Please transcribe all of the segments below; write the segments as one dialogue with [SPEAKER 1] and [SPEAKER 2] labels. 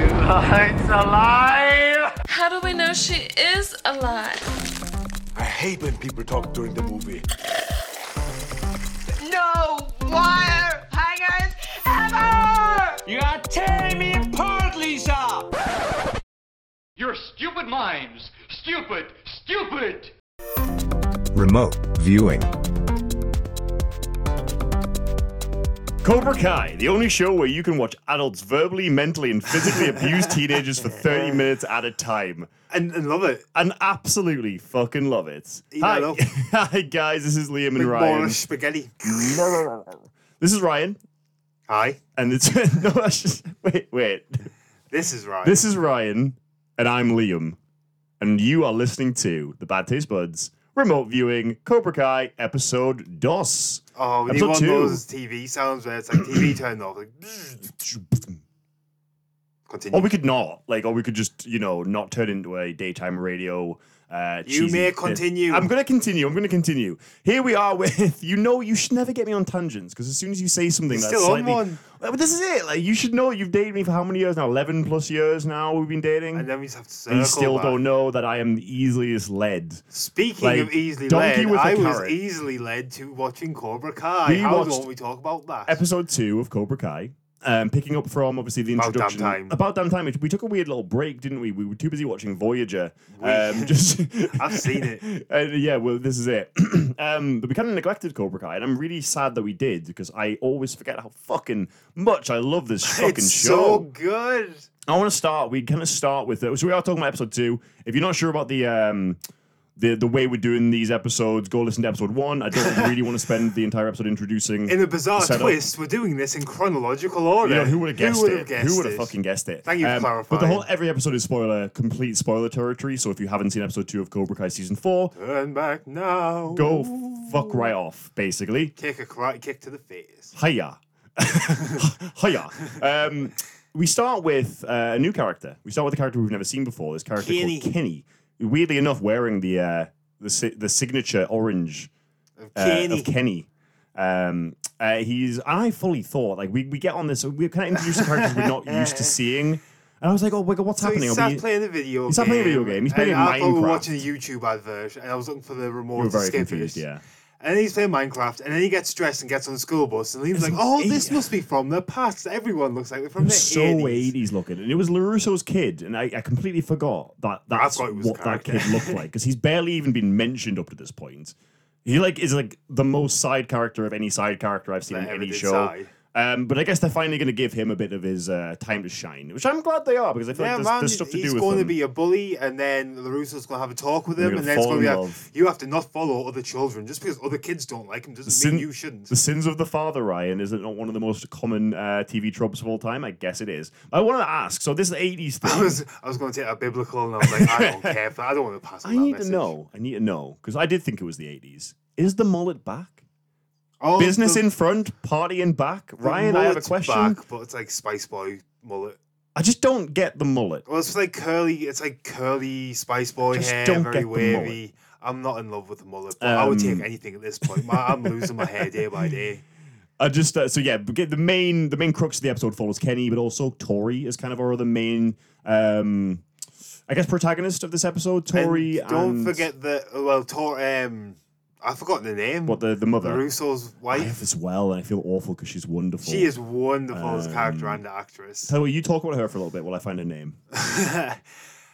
[SPEAKER 1] It's alive!
[SPEAKER 2] How do we know she is alive?
[SPEAKER 3] I hate when people talk during the movie.
[SPEAKER 4] No wire hangers ever!
[SPEAKER 1] You are tearing me apart, Lisa!
[SPEAKER 5] Your stupid minds! Stupid! Stupid!
[SPEAKER 6] Remote viewing.
[SPEAKER 7] Cobra Kai, the only show where you can watch adults verbally, mentally, and physically abuse teenagers for 30 minutes at a time.
[SPEAKER 8] and, and love it.
[SPEAKER 7] And absolutely fucking love it.
[SPEAKER 8] Eat
[SPEAKER 7] Hi.
[SPEAKER 8] that up.
[SPEAKER 7] Hi, guys, this is Liam and
[SPEAKER 8] Big
[SPEAKER 7] Ryan.
[SPEAKER 8] ball of spaghetti.
[SPEAKER 7] This is Ryan.
[SPEAKER 8] Hi,
[SPEAKER 7] And it's. no, that's just. Wait, wait.
[SPEAKER 8] this is right.
[SPEAKER 7] This is Ryan, and I'm Liam. And you are listening to the Bad Taste Buds remote viewing Cobra Kai episode DOS.
[SPEAKER 8] oh, we need
[SPEAKER 7] episode
[SPEAKER 8] one of
[SPEAKER 7] two.
[SPEAKER 8] those TV sounds where it's like TV turned off. Like, continue.
[SPEAKER 7] Or we could not, like, or we could just, you know, not turn into a daytime radio. Uh,
[SPEAKER 8] You
[SPEAKER 7] cheesy
[SPEAKER 8] may
[SPEAKER 7] bit.
[SPEAKER 8] continue.
[SPEAKER 7] I'm going to continue. I'm going to continue. Here we are with, you know, you should never get me on tangents because as soon as you say something
[SPEAKER 8] He's
[SPEAKER 7] that's
[SPEAKER 8] still on
[SPEAKER 7] slightly,
[SPEAKER 8] one.
[SPEAKER 7] Well, but this is it. Like, you should know you've dated me for how many years now? Eleven plus years now. We've been dating,
[SPEAKER 8] and then we just have to circle
[SPEAKER 7] and you still
[SPEAKER 8] back.
[SPEAKER 7] don't know that I am the easiest led.
[SPEAKER 8] Speaking
[SPEAKER 7] like,
[SPEAKER 8] of easily
[SPEAKER 7] donkey
[SPEAKER 8] led,
[SPEAKER 7] with a
[SPEAKER 8] I was
[SPEAKER 7] carrot.
[SPEAKER 8] easily led to watching Cobra Kai.
[SPEAKER 7] We
[SPEAKER 8] How
[SPEAKER 7] watched
[SPEAKER 8] don't we talk about that?
[SPEAKER 7] episode two of Cobra Kai. Um, picking up from obviously the
[SPEAKER 8] About damn
[SPEAKER 7] introduction.
[SPEAKER 8] time.
[SPEAKER 7] About damn time. We took a weird little break, didn't we? We were too busy watching Voyager.
[SPEAKER 8] We-
[SPEAKER 7] Um, just
[SPEAKER 8] I've seen it.
[SPEAKER 7] And yeah, well, this is it. um, but we kind of neglected Cobra Kai, and I'm really sad that we did because I always forget how fucking much I love this fucking
[SPEAKER 8] it's
[SPEAKER 7] show.
[SPEAKER 8] so good.
[SPEAKER 7] I want to start. We kind of start with uh, So we are talking about episode two. If you're not sure about the um, the the way we're doing these episodes, go listen to episode one. I don't really want to spend the entire episode introducing.
[SPEAKER 8] In a bizarre
[SPEAKER 7] Set up.
[SPEAKER 8] twist, we're doing this in chronological order.
[SPEAKER 7] you know, who would have guessed
[SPEAKER 8] Who would
[SPEAKER 7] it?
[SPEAKER 8] have guessed
[SPEAKER 7] who would have
[SPEAKER 8] it?
[SPEAKER 7] fucking guessed it? Um,
[SPEAKER 8] Thank you for
[SPEAKER 7] But the
[SPEAKER 8] clarifying.
[SPEAKER 7] whole every episode is spoiler, complete spoiler territory. So if you haven't seen episode two of Cobra Kai season four,
[SPEAKER 8] Turn back now.
[SPEAKER 7] go fuck right off, basically.
[SPEAKER 8] Kick a karate kick to the face.
[SPEAKER 7] Hiya. Hiya. Um, we start with uh, a new character. We start with a character we've never seen before. This character
[SPEAKER 8] Kenny.
[SPEAKER 7] called Kenny. Weirdly enough, wearing the uh, the si- the signature orange
[SPEAKER 8] Of
[SPEAKER 7] uh,
[SPEAKER 8] Kenny.
[SPEAKER 7] of Kenny. Um, uh, he's I fully thought like we, we get on this. We kind of introduce the characters we're not used to seeing, and I was like, oh my god, what's
[SPEAKER 8] So
[SPEAKER 7] happening?
[SPEAKER 8] he
[SPEAKER 7] Are
[SPEAKER 8] sat
[SPEAKER 7] we-
[SPEAKER 8] playing a video game.
[SPEAKER 7] he sat playing a video game. He's playing
[SPEAKER 8] and I thought we were
[SPEAKER 7] Minecraft.
[SPEAKER 8] watching a YouTube ad version, and I was looking for the remote
[SPEAKER 7] we were
[SPEAKER 8] to
[SPEAKER 7] very
[SPEAKER 8] skip it.
[SPEAKER 7] confused. Yeah.
[SPEAKER 8] And then he's playing Minecraft, and then he gets dressed and gets on the school bus, and he's like, "Oh, this must be from the past. Everyone looks like they're from
[SPEAKER 7] It
[SPEAKER 8] the
[SPEAKER 7] was so
[SPEAKER 8] 80s.
[SPEAKER 7] 80s. looking. And it was LaRusso's kid. And I, I completely forgot that that's
[SPEAKER 8] thought it was
[SPEAKER 7] what that
[SPEAKER 8] character.
[SPEAKER 7] kid looked like. Because he's barely even been mentioned up to this point. He like is like the most side character of any side character I've seen
[SPEAKER 8] That
[SPEAKER 7] in
[SPEAKER 8] ever
[SPEAKER 7] any
[SPEAKER 8] did
[SPEAKER 7] show.
[SPEAKER 8] side.
[SPEAKER 7] Um, but I guess they're finally going to give him a bit of his uh, time to shine, which I'm glad they are because I feel
[SPEAKER 8] Yeah,
[SPEAKER 7] like there's,
[SPEAKER 8] man,
[SPEAKER 7] there's stuff to
[SPEAKER 8] he's
[SPEAKER 7] do with
[SPEAKER 8] going to
[SPEAKER 7] him.
[SPEAKER 8] be a bully, and then LaRusso's going to have a talk with
[SPEAKER 7] They're
[SPEAKER 8] him,
[SPEAKER 7] gonna
[SPEAKER 8] and then it's
[SPEAKER 7] fall
[SPEAKER 8] going to be
[SPEAKER 7] in
[SPEAKER 8] like,
[SPEAKER 7] love.
[SPEAKER 8] you have to not follow other children. Just because other kids don't like him doesn't
[SPEAKER 7] Sin-
[SPEAKER 8] mean you shouldn't.
[SPEAKER 7] The sins of the father, Ryan, is it not one of the most common uh, TV tropes of all time? I guess it is. I want to ask. So this 80s thing.
[SPEAKER 8] I was, I was going to take a biblical, and I was like, I don't care. For that. I don't want to pass on
[SPEAKER 7] I
[SPEAKER 8] that
[SPEAKER 7] need
[SPEAKER 8] message.
[SPEAKER 7] to know. I need to know because I did think it was the eighties. Is the mullet back?
[SPEAKER 8] Oh,
[SPEAKER 7] Business
[SPEAKER 8] the-
[SPEAKER 7] in front, party in back.
[SPEAKER 8] the
[SPEAKER 7] Ryan, I have a
[SPEAKER 8] mullet's
[SPEAKER 7] question.
[SPEAKER 8] Back, but it's like Spice Boy mullet.
[SPEAKER 7] I just don't get the mullet.
[SPEAKER 8] Well, it's like curly. It's like curly Spice Boy
[SPEAKER 7] Just
[SPEAKER 8] hair,
[SPEAKER 7] don't get
[SPEAKER 8] very
[SPEAKER 7] the
[SPEAKER 8] wavy. I'm not in love with the mullet, but I would take
[SPEAKER 7] Um,
[SPEAKER 8] anything at this point. My, I'm losing my hair day by day.
[SPEAKER 7] I just uh, so yeah. but get- The main the main crux of the episode follows Kenny, but also Tori is kind of our other main, um, I guess, protagonist of this episode. Tori.
[SPEAKER 8] and don't
[SPEAKER 7] and-
[SPEAKER 8] forget that. Well, Tor. Um, I've forgotten the name.
[SPEAKER 7] what the the mother.
[SPEAKER 8] the Russo's
[SPEAKER 7] I
[SPEAKER 8] wife.
[SPEAKER 7] have as well, and I feel awful because she's wonderful.
[SPEAKER 8] She is wonderful as a character
[SPEAKER 7] Um,
[SPEAKER 8] and actress.
[SPEAKER 7] Tell you, what, you talk about her for a little bit while I find her name.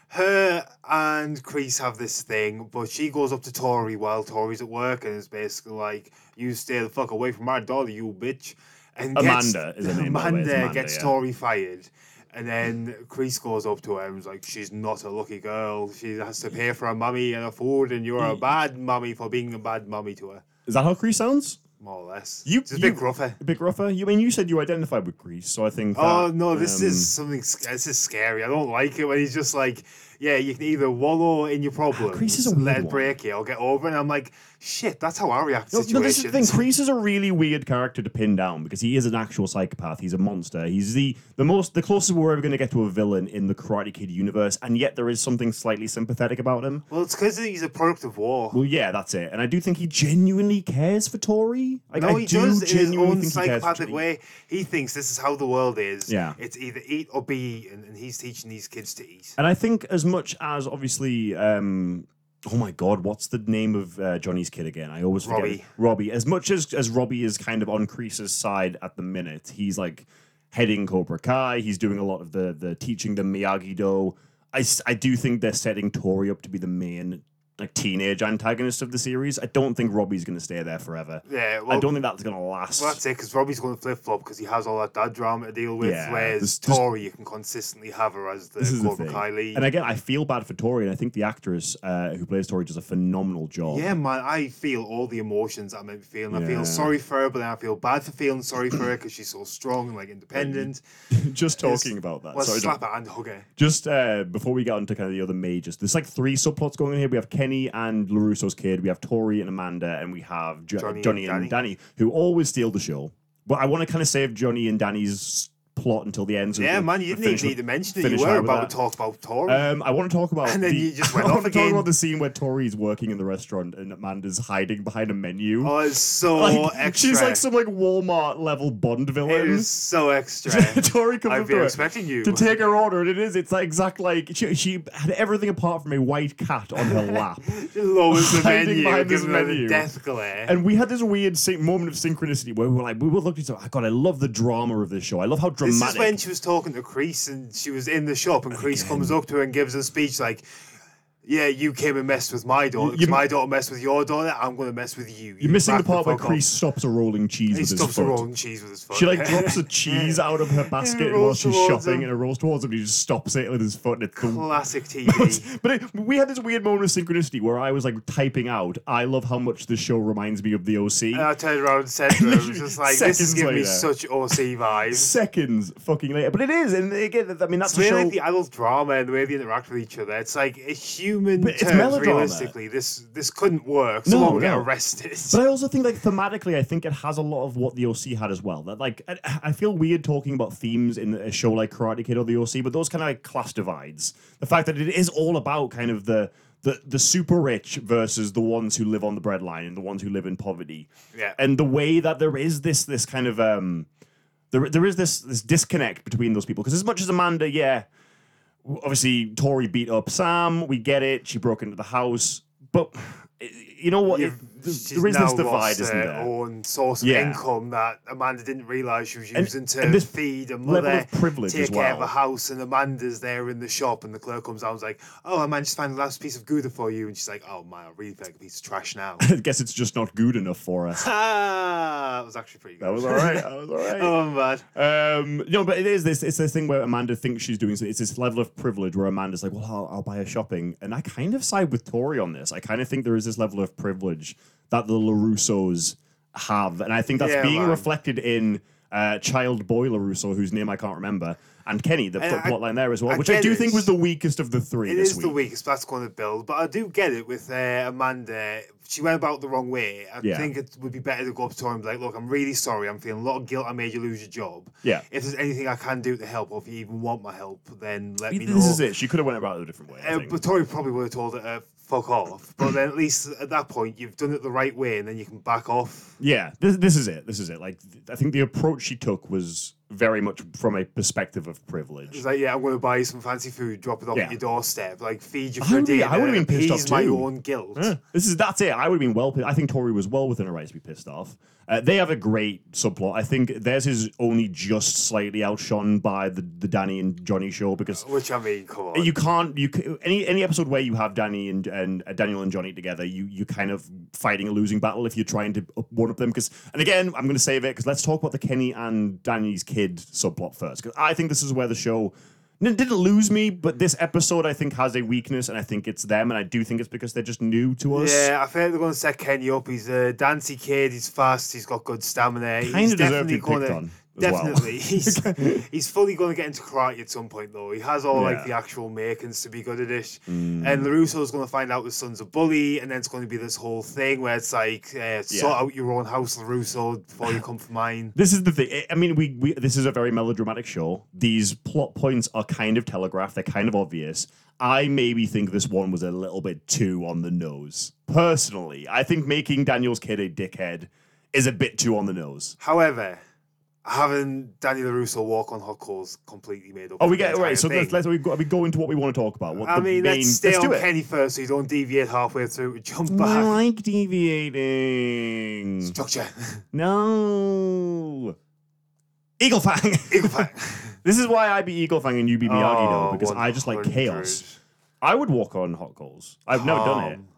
[SPEAKER 8] her and Crease have this thing, but she goes up to Tori while Tori's at work and is basically like, "You stay the fuck away from my daughter, you bitch." And
[SPEAKER 7] Amanda
[SPEAKER 8] gets,
[SPEAKER 7] is her name, by the way. It's
[SPEAKER 8] Amanda,
[SPEAKER 7] Amanda,
[SPEAKER 8] gets
[SPEAKER 7] yeah.
[SPEAKER 8] Tori fired, and then Crease goes up to her and is like, "She's not a lucky girl. She has to pay for her mummy and her food, and you're a bad mummy for being a bad mummy to her,
[SPEAKER 7] Is that how Cree sounds?
[SPEAKER 8] more or less."
[SPEAKER 7] You-
[SPEAKER 8] She's a bit eh?
[SPEAKER 7] you-
[SPEAKER 8] gruffer.
[SPEAKER 7] A bit rougher. You mean you said you identified with Greece, so I think. That,
[SPEAKER 8] Oh no, this
[SPEAKER 7] um,
[SPEAKER 8] is something. sc- This is scary. I don't like it when he's just like, yeah, you can either wallow in your problems,
[SPEAKER 7] Grease Ah, is a
[SPEAKER 8] let
[SPEAKER 7] weird
[SPEAKER 8] it
[SPEAKER 7] one.
[SPEAKER 8] break you, or get over it. And I'm like, shit, that's how I react to
[SPEAKER 7] No, no, this is the thing.
[SPEAKER 8] situations.
[SPEAKER 7] Kreese is a really weird character to pin down because he is an actual psychopath. He's a monster. He's the the most the closest we're ever going to get to a villain in the Karate Kid universe, and yet there is something slightly sympathetic about him.
[SPEAKER 8] well, it's because he's a product of war.
[SPEAKER 7] Well, yeah, that's it. And I do think he genuinely cares for Tori. Like,
[SPEAKER 8] no,
[SPEAKER 7] I
[SPEAKER 8] he
[SPEAKER 7] do
[SPEAKER 8] does in his
[SPEAKER 7] genuinely
[SPEAKER 8] own
[SPEAKER 7] think he cares for
[SPEAKER 8] psychopathic
[SPEAKER 7] Tori.
[SPEAKER 8] way. He thinks this is how the world is.
[SPEAKER 7] Yeah.
[SPEAKER 8] It's either eat or be eaten, and he's teaching these kids to eat.
[SPEAKER 7] And I think as much as obviously, um, oh my god, what's the name of uh, Johnny's kid again? I always forget.
[SPEAKER 8] Robbie.
[SPEAKER 7] Robbie. As much as as Robbie is kind of on Crease's side at the minute, he's like heading Cobra Kai. He's doing a lot of the the teaching them Miyagi Do. I s- I do think they're setting Tori up to be the main like teenage antagonist of the series. I don't think Robbie's going to stay there forever.
[SPEAKER 8] Yeah,
[SPEAKER 7] I
[SPEAKER 8] well-
[SPEAKER 7] don't think that's going to last.
[SPEAKER 8] Well, that's it, because Robbie's going to flip flop because he has all that dad drama to deal with.
[SPEAKER 7] Yeah,
[SPEAKER 8] whereas
[SPEAKER 7] this- this-
[SPEAKER 8] Tori, you can consistently have her as the
[SPEAKER 7] this is the
[SPEAKER 8] Cobra
[SPEAKER 7] thing.
[SPEAKER 8] Kai lead.
[SPEAKER 7] And again, I feel bad for Tori, and I think the actress uh, who plays Tori does a phenomenal job.
[SPEAKER 8] yeah, man, I feel all the emotions I'm meant to feel. And I
[SPEAKER 7] Yeah.
[SPEAKER 8] feel sorry for her, but then I feel bad for feeling sorry for her because she's so strong and like independent.
[SPEAKER 7] just talking about that.
[SPEAKER 8] Well,
[SPEAKER 7] Mm-hmm. Sorry,
[SPEAKER 8] slap
[SPEAKER 7] Doc.
[SPEAKER 8] her and hug her.
[SPEAKER 7] just uh, before we get into kind of the other majors, there's like three subplots going on here. We have Kenny and Larusso's kid. We have Tori and Amanda, and we have jo- Johnny,
[SPEAKER 8] Johnny
[SPEAKER 7] and
[SPEAKER 8] and
[SPEAKER 7] Danny, who always steal the show. But I want to kind of save Johnny and Danny's plot until the end. so
[SPEAKER 8] Yeah,
[SPEAKER 7] we-
[SPEAKER 8] man,
[SPEAKER 7] we
[SPEAKER 8] you didn't
[SPEAKER 7] finish
[SPEAKER 8] even need
[SPEAKER 7] with-
[SPEAKER 8] to mention it. You
[SPEAKER 7] finish
[SPEAKER 8] were
[SPEAKER 7] right with
[SPEAKER 8] about to
[SPEAKER 7] that.
[SPEAKER 8] talk about Tori.
[SPEAKER 7] Um, I want to talk about
[SPEAKER 8] And then
[SPEAKER 7] the,
[SPEAKER 8] you just went
[SPEAKER 7] I
[SPEAKER 8] off
[SPEAKER 7] want to talk
[SPEAKER 8] again.
[SPEAKER 7] about the scene where Tori's working in the restaurant and Amanda's hiding behind a menu.
[SPEAKER 8] oh, it's so
[SPEAKER 7] like,
[SPEAKER 8] extra.
[SPEAKER 7] she's like some like Walmart level Bond
[SPEAKER 8] It
[SPEAKER 7] villain.
[SPEAKER 8] is so extra.
[SPEAKER 7] Tori comes
[SPEAKER 8] I've
[SPEAKER 7] up
[SPEAKER 8] been
[SPEAKER 7] to her
[SPEAKER 8] expecting you.
[SPEAKER 7] to take her order, and it is. It's like exact like she, she had everything apart from a white cat on her lap.
[SPEAKER 8] lowers the
[SPEAKER 7] Hiding
[SPEAKER 8] menu,
[SPEAKER 7] behind this
[SPEAKER 8] gives her
[SPEAKER 7] menu.
[SPEAKER 8] the death glare.
[SPEAKER 7] And we had this weird syn- moment of synchronicity where we were like, we were looking at each other, oh, God, I love the drama of this show. I love how
[SPEAKER 8] This
[SPEAKER 7] dramatic.
[SPEAKER 8] is when she was talking to Crease and she was in the shop and Crease comes up to her and gives a speech like, yeah, you came and messed with my daughter. 'cause
[SPEAKER 7] you-
[SPEAKER 8] my daughter messed with your daughter. I'm going to mess with you.
[SPEAKER 7] You're missing the
[SPEAKER 8] back
[SPEAKER 7] part where
[SPEAKER 8] fuck
[SPEAKER 7] Crease
[SPEAKER 8] off."
[SPEAKER 7] stops a rolling cheese
[SPEAKER 8] He
[SPEAKER 7] with his
[SPEAKER 8] stuffs the
[SPEAKER 7] foot.
[SPEAKER 8] rolling cheese with his foot.
[SPEAKER 7] She like drops a cheese out of her basket while
[SPEAKER 8] rolls
[SPEAKER 7] she's
[SPEAKER 8] towards
[SPEAKER 7] shopping,
[SPEAKER 8] him.
[SPEAKER 7] and it rolls towards him. And he just stops it with his foot, and it's the
[SPEAKER 8] Classic
[SPEAKER 7] But,
[SPEAKER 8] TV.
[SPEAKER 7] but it, we had this weird moment of synchronicity where I was like typing out, I love how much this show reminds me of the OC.
[SPEAKER 8] and I turned around and said to her, I was just like, this
[SPEAKER 7] Seconds
[SPEAKER 8] is giving me
[SPEAKER 7] later.
[SPEAKER 8] such OC vibes.
[SPEAKER 7] Seconds fucking later. But it is. And again, I mean, that's
[SPEAKER 8] It's
[SPEAKER 7] the
[SPEAKER 8] really
[SPEAKER 7] show.
[SPEAKER 8] like the adult drama and the way they interact with each other. It's like a human
[SPEAKER 7] But it's
[SPEAKER 8] terms,
[SPEAKER 7] melodrama.
[SPEAKER 8] realistically, this this couldn't work.
[SPEAKER 7] No,
[SPEAKER 8] Someone would get
[SPEAKER 7] no.
[SPEAKER 8] arrested.
[SPEAKER 7] But I also think, like thematically, I think it has a lot of what the OC had as well. That like, I, I feel weird talking about themes in a show like Karate Kid or the OC, but those kind of like class divides. The fact that it is all about kind of the the the super rich versus the ones who live on the breadline and the ones who live in poverty.
[SPEAKER 8] Yeah.
[SPEAKER 7] And the way that there is this this kind of um, there there is this this disconnect between those people because as much as Amanda, yeah, obviously Tori beat up Sam. We get it. She broke into the house, but. You know what?
[SPEAKER 8] You've-
[SPEAKER 7] It- th-
[SPEAKER 8] she's
[SPEAKER 7] there is this
[SPEAKER 8] now
[SPEAKER 7] divide,
[SPEAKER 8] lost
[SPEAKER 7] isn't
[SPEAKER 8] her
[SPEAKER 7] there?
[SPEAKER 8] own source of
[SPEAKER 7] Yeah.
[SPEAKER 8] income that Amanda didn't realise she was
[SPEAKER 7] And-
[SPEAKER 8] using
[SPEAKER 7] and
[SPEAKER 8] to
[SPEAKER 7] this
[SPEAKER 8] feed a
[SPEAKER 7] level
[SPEAKER 8] mother,
[SPEAKER 7] of privilege
[SPEAKER 8] take
[SPEAKER 7] as
[SPEAKER 8] care of
[SPEAKER 7] well.
[SPEAKER 8] a house, and Amanda's there in the shop, and the clerk comes out and is like, "Oh, I managed to find the last piece of gouda for you," and she's like, "Oh man, I really feel like a piece of trash now."
[SPEAKER 7] I guess it's just not good enough for us.
[SPEAKER 8] ah, that was actually pretty good.
[SPEAKER 7] That was all right. That was all right.
[SPEAKER 8] oh man.
[SPEAKER 7] Um, no, but it is this. It's this thing where Amanda thinks she's doing. So it's this level of privilege where Amanda's like, "Well, I'll, I'll buy her shopping," and I kind of side with Tori on this. I kind of think there is this level of privilege that the Larussos have, and I think that's
[SPEAKER 8] Yeah,
[SPEAKER 7] being
[SPEAKER 8] man.
[SPEAKER 7] reflected in uh, child boy Larusso, whose name I can't remember, and Kenny, the
[SPEAKER 8] And I-
[SPEAKER 7] plot line there as well,
[SPEAKER 8] I
[SPEAKER 7] which I
[SPEAKER 8] get
[SPEAKER 7] do
[SPEAKER 8] it.
[SPEAKER 7] think was the weakest of the three.
[SPEAKER 8] It
[SPEAKER 7] this
[SPEAKER 8] is
[SPEAKER 7] week.
[SPEAKER 8] the weakest, but that's going to build. But I do get it with uh, Amanda. She went about the wrong way. I
[SPEAKER 7] Yeah.
[SPEAKER 8] think it would be better to go up to her and be like, look, I'm really sorry. I'm feeling a lot of guilt. I made you lose your job.
[SPEAKER 7] Yeah.
[SPEAKER 8] If there's anything I can do to help, or if you even want my help, then let me know.
[SPEAKER 7] This is it. She could have went about it a different way. I
[SPEAKER 8] Uh,
[SPEAKER 7] think.
[SPEAKER 8] oh. but Tori probably would have told her, uh, fuck off. But then at least at that point, you've done it the right way and then you can back off.
[SPEAKER 7] Yeah, this this is it. This is it. Like th- I think the approach she took was very much from a perspective of privilege.
[SPEAKER 8] It's like, yeah, I'm going to buy you some fancy food, drop it off
[SPEAKER 7] Yeah.
[SPEAKER 8] at your doorstep, like feed you
[SPEAKER 7] I
[SPEAKER 8] for a
[SPEAKER 7] would be-
[SPEAKER 8] day.
[SPEAKER 7] I would have been pissed off
[SPEAKER 8] my
[SPEAKER 7] too.
[SPEAKER 8] own guilt.
[SPEAKER 7] Yeah, This is that's it. I would have been well. pi- I think Tori was well within her rights to be pissed off. Uh, they have a great subplot. I think theirs is only just slightly outshone by the, the Danny and Johnny show because
[SPEAKER 8] Which I mean, come on.
[SPEAKER 7] you can't you c- any any episode where you have Danny and and uh, Daniel and Johnny together, you you kind of fighting a losing battle if you're trying to up one up them. Because and again, I'm going to save it because let's talk about the Kenny and Danny's kid subplot first because I think this is where the show. n- didn't lose me, but this episode I think has a weakness, and I think it's them, and I do think it's because they're just new to us.
[SPEAKER 8] Yeah, I think they're going to uh, set Kenny up. He's a dancy kid. He's fast. He's got good stamina.
[SPEAKER 7] Kinda
[SPEAKER 8] he's
[SPEAKER 7] deserved to
[SPEAKER 8] definitely
[SPEAKER 7] be
[SPEAKER 8] going
[SPEAKER 7] picked
[SPEAKER 8] to
[SPEAKER 7] on. as well.
[SPEAKER 8] Definitely, he's he's fully going to get into karate at some point, though. He has all
[SPEAKER 7] Yeah. Mm.
[SPEAKER 8] like the actual makings to be good at it, and Larusso's going to find out his son's a bully, and then it's going to be this whole thing where it's like uh, sort out your own house, Larusso, before you come for mine.
[SPEAKER 7] This is the thing. I- I mean, we, we this is a very melodramatic show. These plot points are kind of telegraphed. They're kind of obvious. I maybe think this one was a little bit too on the nose. Personally, I think making Daniel's kid a dickhead is a bit too on the nose.
[SPEAKER 8] However, having Danny Larusso walk on hot coals completely made up.
[SPEAKER 7] Oh,
[SPEAKER 8] for
[SPEAKER 7] we
[SPEAKER 8] the
[SPEAKER 7] get
[SPEAKER 8] entire
[SPEAKER 7] right. So
[SPEAKER 8] thing.
[SPEAKER 7] let's, let's we go, we go into what we want to talk about. What
[SPEAKER 8] I
[SPEAKER 7] the
[SPEAKER 8] mean,
[SPEAKER 7] main,
[SPEAKER 8] let's stay
[SPEAKER 7] let's do
[SPEAKER 8] on
[SPEAKER 7] it.
[SPEAKER 8] Kenny first, so you don't deviate halfway through and jump
[SPEAKER 7] I
[SPEAKER 8] back.
[SPEAKER 7] like deviating.
[SPEAKER 8] Structure,
[SPEAKER 7] No. Eagle Fang.
[SPEAKER 8] eagle fang.
[SPEAKER 7] this is why I be Eagle Fang and you be Miyagi though,
[SPEAKER 8] Oh,
[SPEAKER 7] because I just like
[SPEAKER 8] 100.
[SPEAKER 7] chaos. I would walk on hot coals. I've never done it.
[SPEAKER 8] Calm.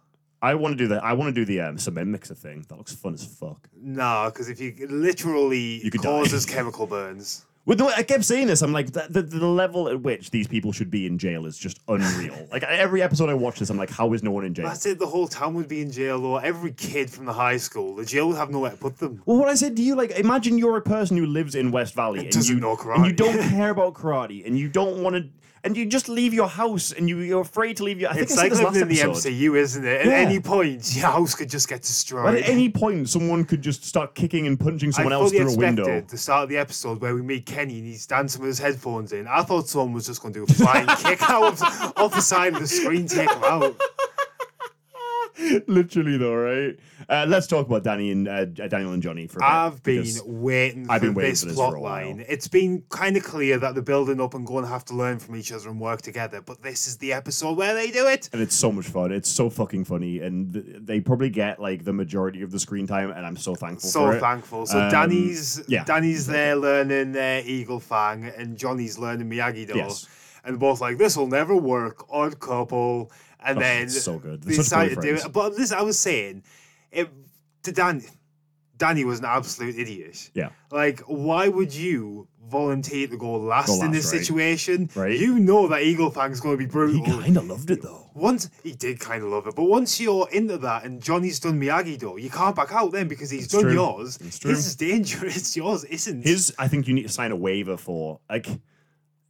[SPEAKER 7] I want to do that. I want to do the um, cement mixer thing. That looks fun as fuck.
[SPEAKER 8] No, because if you literally
[SPEAKER 7] You could die.
[SPEAKER 8] causes chemical burns.
[SPEAKER 7] With the way I kept saying this, I'm like the, the, the level at which these people should be in jail is just unreal. like every episode I watch this, I'm like, how is no one in jail?
[SPEAKER 8] That's it. The whole town would be in jail, or every kid from the high school. The jail would have nowhere to put them.
[SPEAKER 7] Well, what I said to you, like, imagine you're a person who lives in West Valley and,
[SPEAKER 8] doesn't
[SPEAKER 7] you
[SPEAKER 8] know
[SPEAKER 7] and you
[SPEAKER 8] karate.
[SPEAKER 7] don't care about karate and you don't want to, and you just leave your house and you you're afraid to leave your. I think
[SPEAKER 8] It's
[SPEAKER 7] I said
[SPEAKER 8] like
[SPEAKER 7] this last
[SPEAKER 8] living in the
[SPEAKER 7] episode.
[SPEAKER 8] MCU, isn't it? At
[SPEAKER 7] Yeah.
[SPEAKER 8] any point, your house could just get
[SPEAKER 7] But
[SPEAKER 8] destroyed.
[SPEAKER 7] at any point, someone could just start kicking and punching someone
[SPEAKER 8] I
[SPEAKER 7] else
[SPEAKER 8] fully
[SPEAKER 7] through a
[SPEAKER 8] expected
[SPEAKER 7] window.
[SPEAKER 8] the start of the episode where we meet Kenny and he's dancing with his headphones in. I thought someone was just going to do a flying kick out of- off the side of the screen, take him out.
[SPEAKER 7] Literally, though, right? Uh, let's talk about Danny and uh, Daniel and Johnny for a bit,
[SPEAKER 8] I've been
[SPEAKER 7] because-
[SPEAKER 8] waiting for
[SPEAKER 7] I've been waiting
[SPEAKER 8] this
[SPEAKER 7] for this for a
[SPEAKER 8] plot
[SPEAKER 7] while.
[SPEAKER 8] line. It's been kind of clear that they're building up and going to have to learn from each other and work together, but this is the episode where they do it.
[SPEAKER 7] and it's so much fun. It's so fucking funny, and th- they probably get like the majority of the screen time, and I'm so thankful.
[SPEAKER 8] So
[SPEAKER 7] for it.
[SPEAKER 8] thankful. So
[SPEAKER 7] Um,
[SPEAKER 8] Danny's
[SPEAKER 7] yeah.
[SPEAKER 8] Danny's there learning uh, Eagle Fang, and Johnny's learning Miyagi Do,
[SPEAKER 7] Yes.
[SPEAKER 8] and they're both like, "This will never work." Odd couple, and
[SPEAKER 7] Oh,
[SPEAKER 8] then
[SPEAKER 7] it's so good.
[SPEAKER 8] They
[SPEAKER 7] They're such great
[SPEAKER 8] decided to do
[SPEAKER 7] friends.
[SPEAKER 8] it. But this, I was saying, it to Dan, Danny was an absolute idiot.
[SPEAKER 7] Yeah.
[SPEAKER 8] Like, why would you volunteer to go last, in
[SPEAKER 7] last,
[SPEAKER 8] this
[SPEAKER 7] right.
[SPEAKER 8] situation?
[SPEAKER 7] Right.
[SPEAKER 8] You know that Eagle Fang's going to be
[SPEAKER 7] He
[SPEAKER 8] brutal.
[SPEAKER 7] kind of loved it though.
[SPEAKER 8] Once he did kind of love it, but once you're into that and Johnny's done Miyagi Do, you can't back out then because he's
[SPEAKER 7] It's
[SPEAKER 8] done
[SPEAKER 7] true.
[SPEAKER 8] yours.
[SPEAKER 7] It's
[SPEAKER 8] His
[SPEAKER 7] true.
[SPEAKER 8] is dangerous, yours isn't.
[SPEAKER 7] His, I think you need to sign a waiver for. Like,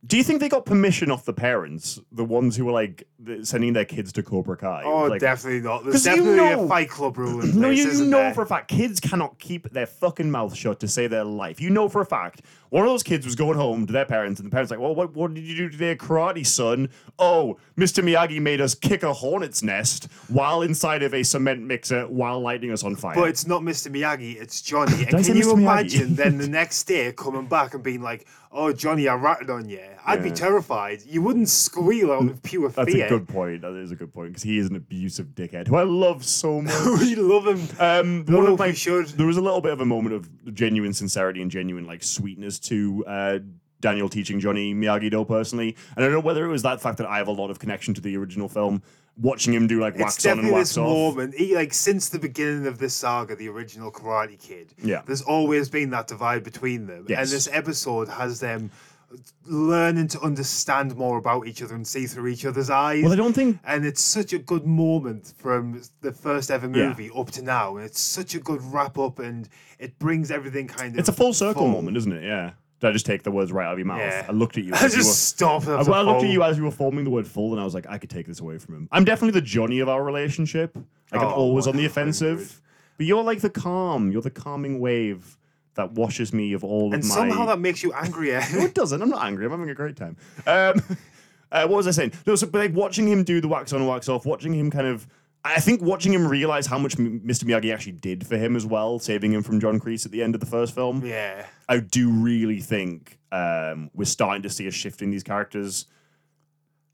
[SPEAKER 7] do you think they got permission off the parents, the ones who were like th- sending their kids to Cobra Kai? It
[SPEAKER 8] oh,
[SPEAKER 7] was like,
[SPEAKER 8] definitely not.
[SPEAKER 7] 'Cause
[SPEAKER 8] There's
[SPEAKER 7] you
[SPEAKER 8] definitely
[SPEAKER 7] know-
[SPEAKER 8] a Fight Club rule in place.
[SPEAKER 7] No, you, you
[SPEAKER 8] isn't
[SPEAKER 7] know
[SPEAKER 8] there?
[SPEAKER 7] for a fact kids cannot keep their fucking mouth shut to save their life. You know for a fact one of those kids was going home to their parents, and the parents like, "Well, what, what did you do today, karate, son? Oh, Mr. Miyagi made us kick a hornet's nest while inside of a cement mixer while lighting us on fire."
[SPEAKER 8] But it's not Mr. Miyagi, it's Johnny.
[SPEAKER 7] I
[SPEAKER 8] And
[SPEAKER 7] say
[SPEAKER 8] can you
[SPEAKER 7] Mr. Miyagi?
[SPEAKER 8] imagine then the next day coming back and being like, oh, Johnny, I ratted on you? I'd be
[SPEAKER 7] Yeah.
[SPEAKER 8] terrified. You wouldn't squeal out of pure
[SPEAKER 7] that's
[SPEAKER 8] fear.
[SPEAKER 7] a good point. That is a good point because he is an abusive dickhead who I love so much.
[SPEAKER 8] we love him.
[SPEAKER 7] Um, one
[SPEAKER 8] Well,
[SPEAKER 7] of my-
[SPEAKER 8] we should.
[SPEAKER 7] There was a little bit of a moment of genuine sincerity and genuine like sweetness to uh, Daniel teaching Johnny Miyagi Do personally, and I don't know whether it was that fact that I have a lot of connection to the original film, watching him do like
[SPEAKER 8] It's
[SPEAKER 7] wax on and
[SPEAKER 8] definitely
[SPEAKER 7] wax
[SPEAKER 8] this
[SPEAKER 7] off.
[SPEAKER 8] moment. He, like since the beginning of this saga, the original Karate Kid.
[SPEAKER 7] Yeah.
[SPEAKER 8] There's always been that divide between them,
[SPEAKER 7] Yes.
[SPEAKER 8] and this episode has them learning to understand more about each other and see through each other's eyes.
[SPEAKER 7] Well, I don't think
[SPEAKER 8] and it's such a good moment from the first ever
[SPEAKER 7] Yeah.
[SPEAKER 8] movie up to now, and it's such a good wrap up, and it brings everything kind of.
[SPEAKER 7] it's a full circle
[SPEAKER 8] full.
[SPEAKER 7] moment, isn't it? Yeah. Did I just take the words right out of your mouth?
[SPEAKER 8] Yeah.
[SPEAKER 7] I looked at you.
[SPEAKER 8] I
[SPEAKER 7] as you were-
[SPEAKER 8] just stopped.
[SPEAKER 7] I, well, I looked at you as you were forming the word full, and I was like, I could take this away from him. I'm definitely the Johnny of our relationship. Like, I'm
[SPEAKER 8] Oh,
[SPEAKER 7] always on the
[SPEAKER 8] 100.
[SPEAKER 7] offensive. But you're like the calm. You're the calming wave that washes me of all
[SPEAKER 8] and
[SPEAKER 7] of my.
[SPEAKER 8] somehow that makes you angrier.
[SPEAKER 7] No, it doesn't. I'm not angry. I'm having a great time. Um, uh, what was I saying? No, so but like watching him do the wax on, wax off, watching him kind of. I think watching him realize how much M- Mr. Miyagi actually did for him as well, saving him from John Kreese at the end of the first film.
[SPEAKER 8] yeah.
[SPEAKER 7] I do really think um, we're starting to see a shift in these characters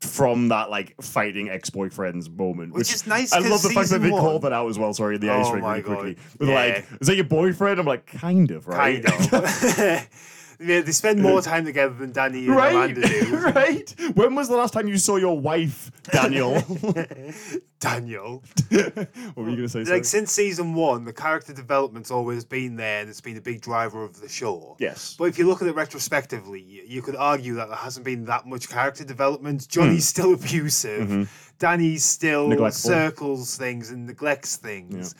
[SPEAKER 7] from that like fighting ex-boyfriends moment,
[SPEAKER 8] Which is nice
[SPEAKER 7] I love
[SPEAKER 8] 'cause
[SPEAKER 7] the fact that
[SPEAKER 8] season
[SPEAKER 7] they
[SPEAKER 8] one-
[SPEAKER 7] called that out as well. Sorry, the
[SPEAKER 8] Oh
[SPEAKER 7] ice rink
[SPEAKER 8] my
[SPEAKER 7] really
[SPEAKER 8] God.
[SPEAKER 7] quickly. With
[SPEAKER 8] Yeah.
[SPEAKER 7] like, is that your boyfriend? I'm like, kind of, right?
[SPEAKER 8] kind of. yeah, they spend more time together than Danny and
[SPEAKER 7] right,
[SPEAKER 8] Amanda do.
[SPEAKER 7] right. When was the last time you saw your wife, Daniel? what
[SPEAKER 8] Daniel.
[SPEAKER 7] were you gonna say?
[SPEAKER 8] Like
[SPEAKER 7] sorry?
[SPEAKER 8] since season one, the character development's always been there and it's been a big driver of the show.
[SPEAKER 7] yes.
[SPEAKER 8] But if you look at it retrospectively, y- you could argue that there hasn't been that much character development.
[SPEAKER 7] Hmm.
[SPEAKER 8] Johnny's still abusive. Danny still
[SPEAKER 7] Mm-hmm. Neglectful.
[SPEAKER 8] circles things and neglects things.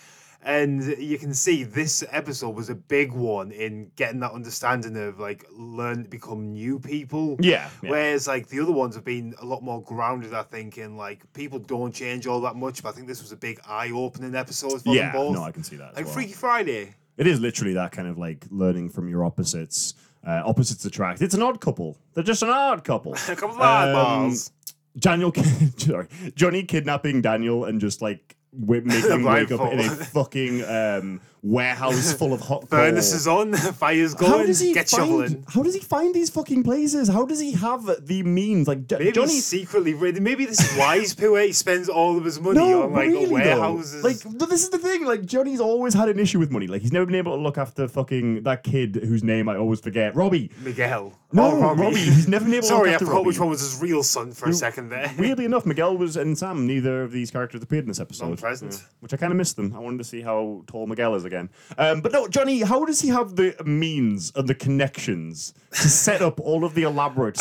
[SPEAKER 8] And you can see this episode was a big one in getting that understanding of like learn to become new people.
[SPEAKER 7] Yeah, yeah.
[SPEAKER 8] Whereas like the other ones have been a lot more grounded, I think, in like people don't change all that much. But I think this was a big eye opening episode for them
[SPEAKER 7] Yeah,
[SPEAKER 8] both.
[SPEAKER 7] no, I can see that. as
[SPEAKER 8] like
[SPEAKER 7] well.
[SPEAKER 8] Freaky Friday.
[SPEAKER 7] It is literally that kind of like learning from your opposites. Uh, opposites attract. It's an odd couple. They're just an odd couple. Um,
[SPEAKER 8] A couple of eyeballs.
[SPEAKER 7] Daniel, kid- sorry, Johnny kidnapping Daniel and just like wi- making him wake up in a
[SPEAKER 8] Blindfold.
[SPEAKER 7] fucking um, warehouse full of hot coal.
[SPEAKER 8] Furnaces on, fire's going,
[SPEAKER 7] Oh. How does he
[SPEAKER 8] get
[SPEAKER 7] find?
[SPEAKER 8] shoveling.
[SPEAKER 7] How does he find these fucking places? How does he have the means? Like D-
[SPEAKER 8] Maybe
[SPEAKER 7] Johnny.
[SPEAKER 8] he's secretly, re- maybe this is wise poo where he spends all of his money
[SPEAKER 7] No,
[SPEAKER 8] on like
[SPEAKER 7] really though.
[SPEAKER 8] warehouses.
[SPEAKER 7] Like th- this is the thing. Like Johnny's always had an issue with money. Like he's never been able to look after fucking that kid whose name I always forget. Robbie.
[SPEAKER 8] Miguel.
[SPEAKER 7] No,
[SPEAKER 8] Oh, Robbie.
[SPEAKER 7] Robbie, he's never been able to
[SPEAKER 8] Sorry,
[SPEAKER 7] look
[SPEAKER 8] I
[SPEAKER 7] after
[SPEAKER 8] forgot which
[SPEAKER 7] Robbie.
[SPEAKER 8] one was his real son for a second there.
[SPEAKER 7] Weirdly enough, Miguel was and Sam. Neither of these characters appeared in this episode.
[SPEAKER 8] Non-present.
[SPEAKER 7] Yeah. Which I kind of missed them. I wanted to see how tall Miguel is again. Um, but no, Johnny, how does he have the means and the connections to set up all of the elaborate?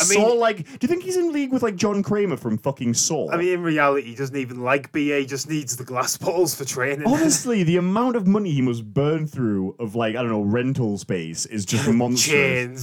[SPEAKER 8] I mean-
[SPEAKER 7] Saw like, do you think he's in league with like John Kramer from fucking Saw?
[SPEAKER 8] I mean, in reality, he doesn't even like BA. he Just needs the glass balls for training.
[SPEAKER 7] Honestly, the amount of money he must burn through of like I don't know rental space is just monstrous.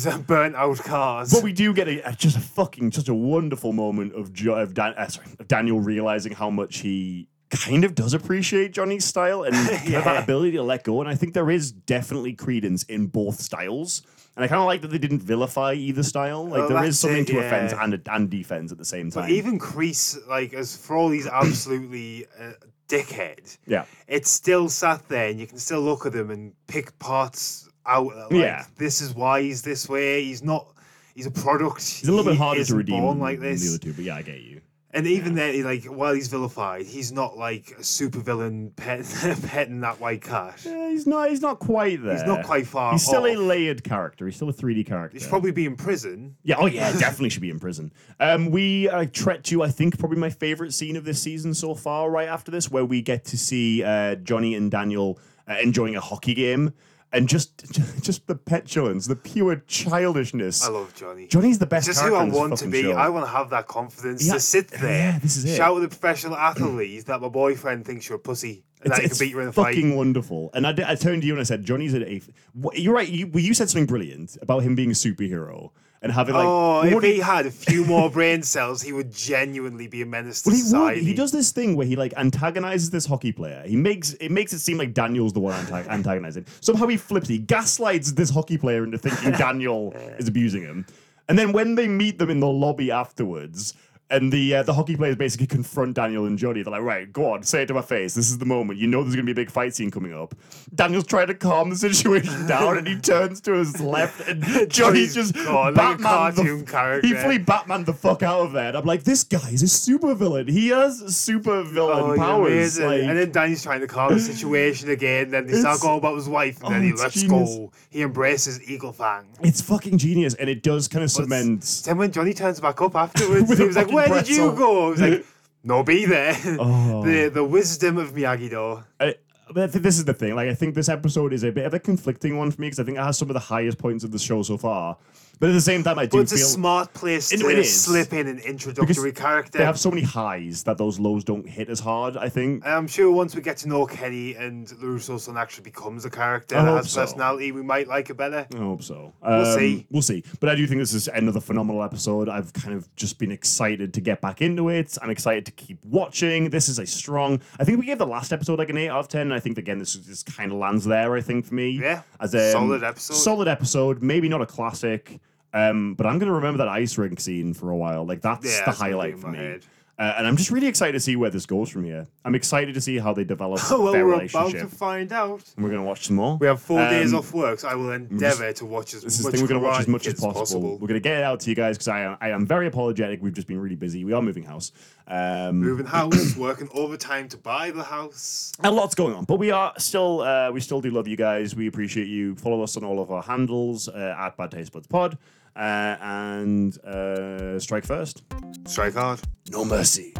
[SPEAKER 8] Chains, burnt out cars.
[SPEAKER 7] But we do get a, a- just a fucking just a wonderful moment of jo- of, Dan, uh, sorry, of Daniel realizing how much he kind of does appreciate Johnny's style and kind of that ability to let go. And I think there is definitely credence in both styles. And I kind of like that they didn't vilify either style. Like
[SPEAKER 8] Oh,
[SPEAKER 7] there
[SPEAKER 8] that's
[SPEAKER 7] is something
[SPEAKER 8] it,
[SPEAKER 7] to offense
[SPEAKER 8] yeah.
[SPEAKER 7] and and defense at the same time.
[SPEAKER 8] But even Crease, like, as for all he's absolutely a dickhead,
[SPEAKER 7] Yeah.
[SPEAKER 8] it's still sat there and you can still look at him and pick parts out. that, Like,
[SPEAKER 7] Yeah.
[SPEAKER 8] This is why he's this way. He's not. He's a product.
[SPEAKER 7] He's a little bit
[SPEAKER 8] He
[SPEAKER 7] harder to
[SPEAKER 8] isn't
[SPEAKER 7] redeem
[SPEAKER 8] Born
[SPEAKER 7] than,
[SPEAKER 8] like
[SPEAKER 7] than
[SPEAKER 8] this.
[SPEAKER 7] the other two, but yeah, I get you.
[SPEAKER 8] And even then, he, like while he's vilified, he's not like a supervillain pet, petting that white cat.
[SPEAKER 7] Yeah, he's not. He's not quite there.
[SPEAKER 8] He's not quite far
[SPEAKER 7] He's still a
[SPEAKER 8] off.
[SPEAKER 7] layered character. He's still a three D character.
[SPEAKER 8] He should probably be in prison.
[SPEAKER 7] Yeah, oh yeah, definitely should be in prison. Um, we uh, trekked to, I think, probably my favorite scene of this season so far, right after this, where we get to see uh, Johnny and Daniel uh, enjoying a hockey game. And just, just the petulance, the pure childishness.
[SPEAKER 8] I love Johnny.
[SPEAKER 7] Johnny's the best.
[SPEAKER 8] Just who
[SPEAKER 7] character
[SPEAKER 8] I
[SPEAKER 7] in this
[SPEAKER 8] want to
[SPEAKER 7] fucking
[SPEAKER 8] be.
[SPEAKER 7] show.
[SPEAKER 8] I want to have that confidence
[SPEAKER 7] Yeah,
[SPEAKER 8] to sit there,
[SPEAKER 7] yeah, this is it.
[SPEAKER 8] shout at the professional athlete that my boyfriend thinks you're a pussy and that he can beat you in a
[SPEAKER 7] fucking
[SPEAKER 8] fight.
[SPEAKER 7] wonderful. And I, did- I turned to you and I said, "Johnny's an eighth." What, you're right. You, well, you said something brilliant about him being a superhero and having like.
[SPEAKER 8] oh, if
[SPEAKER 7] what he-
[SPEAKER 8] he had a few more brain cells, he would genuinely be a menace to
[SPEAKER 7] Well, he would.
[SPEAKER 8] society.
[SPEAKER 7] He does this thing where he like antagonizes this hockey player. He makes it makes it seem like Daniel's the one antag- antagonizing. Somehow he flips. He gaslights this hockey player into thinking Daniel is abusing him. And then when they meet them in the lobby afterwards, and the uh, the hockey players basically confront Daniel and Johnny. They're like, "Right, go on, say it to my face. This is the moment. You know there's gonna be a big fight scene coming up." Daniel's trying to calm the situation down, and he turns to his left, and Johnny's
[SPEAKER 8] Johnny's
[SPEAKER 7] just
[SPEAKER 8] gone, like a
[SPEAKER 7] Batman the
[SPEAKER 8] cartoon
[SPEAKER 7] f-
[SPEAKER 8] character.
[SPEAKER 7] He fully Batman the fuck out of there. And I'm like, this guy is a super villain. He has super villain
[SPEAKER 8] Oh, you're
[SPEAKER 7] powers.
[SPEAKER 8] amazing.
[SPEAKER 7] Like,
[SPEAKER 8] and then Danny's trying to calm the situation again. Then they start
[SPEAKER 7] It's-
[SPEAKER 8] going about his wife, and
[SPEAKER 7] Oh,
[SPEAKER 8] then he
[SPEAKER 7] it's
[SPEAKER 8] lets
[SPEAKER 7] genius.
[SPEAKER 8] go. He embraces Eagle Fang.
[SPEAKER 7] it's fucking genius, and it does kind of cement.
[SPEAKER 8] Then when Johnny turns back up afterwards,
[SPEAKER 7] With
[SPEAKER 8] he
[SPEAKER 7] a
[SPEAKER 8] was like,
[SPEAKER 7] fucking
[SPEAKER 8] "Where did you
[SPEAKER 7] pretzel."
[SPEAKER 8] go?" He was like, "No, be there."
[SPEAKER 7] Oh.
[SPEAKER 8] the the wisdom of Miyagi Do.
[SPEAKER 7] I, but I think this is the thing. Like, I think this episode is a bit of a conflicting one for me because I think it has some of the highest points of the show so far. But at the same time, I do
[SPEAKER 8] But it's a
[SPEAKER 7] feel
[SPEAKER 8] smart place
[SPEAKER 7] It-
[SPEAKER 8] to
[SPEAKER 7] it is.
[SPEAKER 8] slip in an introductory character.
[SPEAKER 7] they have so many highs that those lows don't hit as hard. I think.
[SPEAKER 8] And I'm sure once we get to know Kenny and Larusso son actually becomes a character
[SPEAKER 7] I
[SPEAKER 8] that
[SPEAKER 7] hope
[SPEAKER 8] has
[SPEAKER 7] so.
[SPEAKER 8] personality, we might like it better.
[SPEAKER 7] I hope so.
[SPEAKER 8] We'll
[SPEAKER 7] Um,
[SPEAKER 8] see.
[SPEAKER 7] We'll see. But I do think this is another phenomenal episode. I've kind of just been excited to get back into it. I'm excited to keep watching. This is a strong. I think we gave the last episode like an eight out of ten. And I think again this this kind of lands there. I think for me,
[SPEAKER 8] Yeah.
[SPEAKER 7] as a
[SPEAKER 8] Solid episode.
[SPEAKER 7] Solid episode. Maybe not a classic. Um, but I'm gonna remember that ice rink scene for a while. Like that's
[SPEAKER 8] Yeah,
[SPEAKER 7] the
[SPEAKER 8] that's gonna be
[SPEAKER 7] highlight
[SPEAKER 8] in
[SPEAKER 7] for
[SPEAKER 8] my
[SPEAKER 7] me.
[SPEAKER 8] head.
[SPEAKER 7] Uh, and I'm just really excited to see where this goes from here. I'm excited to see how they develop
[SPEAKER 8] Oh, well,
[SPEAKER 7] their
[SPEAKER 8] we're about
[SPEAKER 7] relationship.
[SPEAKER 8] to find out.
[SPEAKER 7] and we're gonna watch some more.
[SPEAKER 8] We have four days
[SPEAKER 7] Um,
[SPEAKER 8] off work, so I will endeavour to watch as
[SPEAKER 7] this is the
[SPEAKER 8] much
[SPEAKER 7] thing we're going to watch as
[SPEAKER 8] Karate
[SPEAKER 7] much
[SPEAKER 8] Kid
[SPEAKER 7] as possible. We're
[SPEAKER 8] possible.
[SPEAKER 7] going to get it out to you guys because I am, I am very apologetic. We've just been really busy. We are moving house. Um,
[SPEAKER 8] Moving house, working overtime to buy the house.
[SPEAKER 7] a lot's going on, but we are still uh, we still do love you guys. We appreciate you. Follow us on all of our handles uh, at Bad Taste Buds Pod uh, and uh, strike first.
[SPEAKER 8] Strike hard.
[SPEAKER 7] No mercy.